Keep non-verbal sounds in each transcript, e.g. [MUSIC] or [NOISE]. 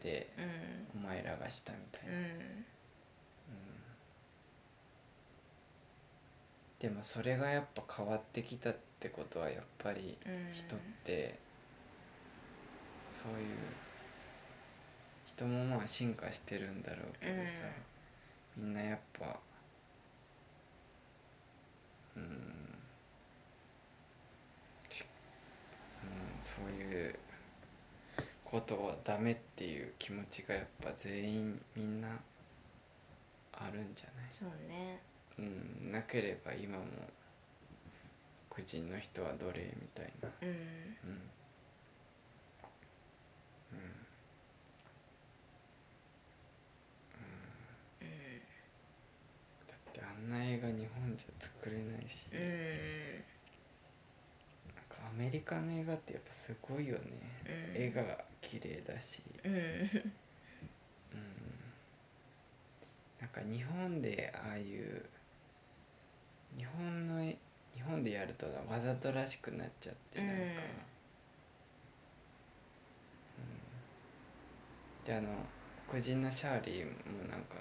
てうんお前らがしたみたいな、うんでもそれがやっぱ変わってきたってことはやっぱりうん人ってそういう人もまあ進化してるんだろうけどさ、みんなやっぱうんしうん、そういうことはダメっていう気持ちがやっぱ全員みんなあるんじゃないそうねうん、なければ今も黒人の人は奴隷みたいな、うんうんうん、うんだってあんな映画日本じゃ作れないし、うんなんかアメリカの映画ってやっぱすごいよね、うん絵が綺麗だし、うんうん、なんか日本でああいう日本の絵日本でやるとわざとらしくなっちゃってなんか、うんうんであの黒人のシャーリーもなんか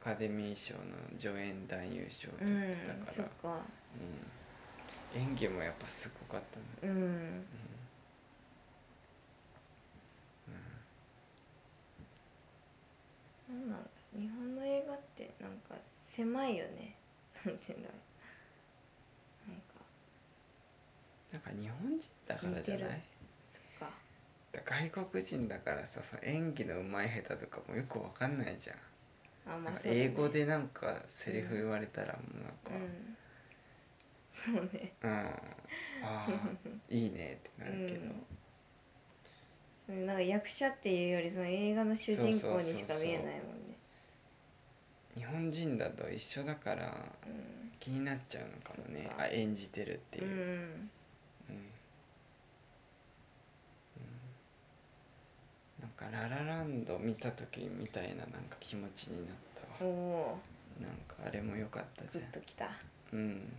アカデミー賞の助演男優賞う取っんてたから、そっかうん演技もやっぱすごかったねうんなんなんだ日本の映画ってなんか狭いよねなんて言うんだろうなんかなんか日本人だからじゃな似ているそっか外国人だからさその演技のうまい下手とかもよくわかんないじゃん、あまなあんかそうだね英語でなんかセリフ言われたらもうなんうかんそうねうん、あ [LAUGHS] あいいねってなるけど、うんそれなんか役者っていうよりその映画の主人公にしか見えないもんね日本人だと一緒だからうん気になっちゃうのかもねそっかあ演じてるっていうう、んうんうんなんか「ララランド」見た時みたいななんか気持ちになったおわおなんかあれも良かったグじゃんッときたうん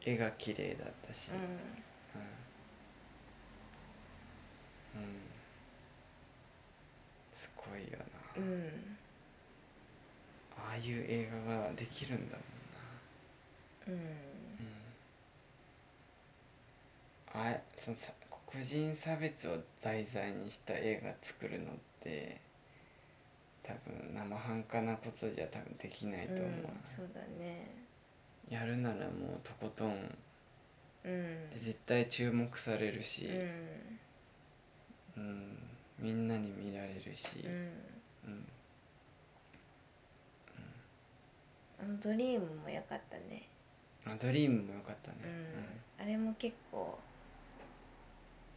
絵が綺麗だったし、ううんんうんすごいよな、うんああいう映画ができるんだもんなうんうんあそのさ黒人差別を題材にした映画作るのって多分生半可なことじゃ多分できないと思う、んそうだねやるならもうとことんうんで絶対注目されるし、うんうんみんなに見られるし、ううんんあのドリームも良かったねあドリームも良かったね、うんうんあれも結構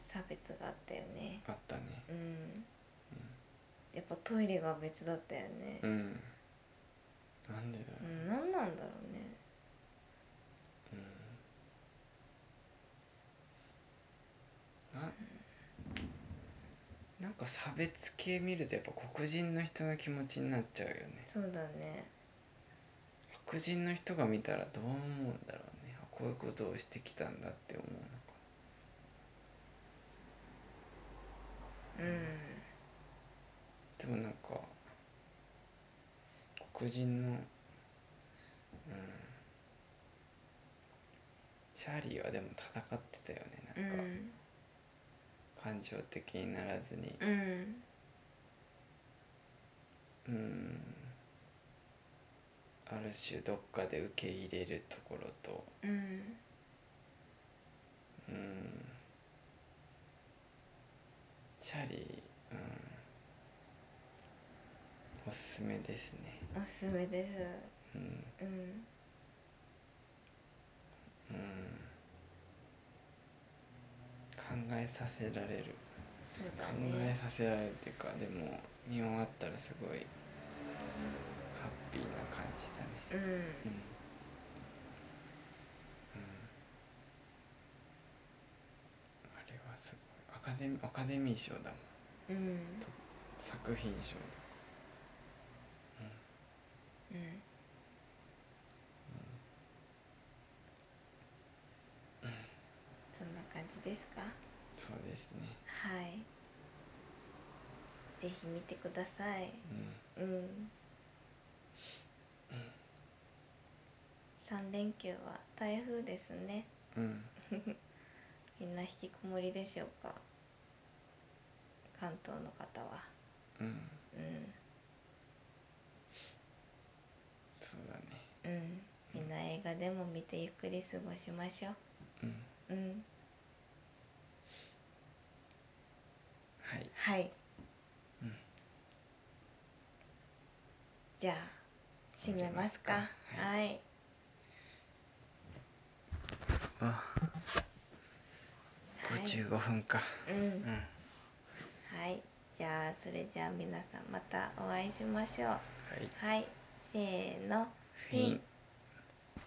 差別があったよねあったねうんやっぱトイレが別だったよねうん、なんでだろうう、ん何なんだろうねうんななんか差別系見るとやっぱ黒人の人の気持ちになっちゃうよねそうだね白人の人が見たらどう思うんだろうねあこういうことをしてきたんだって思うのかうんでもなんか黒人のうんチャーリーはでも戦ってたようねなんかん感情的にならずにううんんある種どっかで受け入れるところとうんうんチャーリー、うん、おすすめですねおすすめでうんすうんうん考えさせられるそう考だえねさせられるっていうかでも見終わったらすごいハッピーな感じだねうんうんうんあれはすごいアカデミアカデミー賞だもんうん作品賞だうんそんな感じですかそうですねはいぜひ見てくださいうんうん3連休は台風ですねうんみんな引きこもりでしょうか関東の方はうんうそうだねんうんみんな映画でも見てゆっくり過ごしましょうんううんはいはいうんじゃあ閉めますか閉めますかはいあはい55分かうんうんははいじゃあそれじゃあ皆さんまたお会いしましょういはいせーのフィン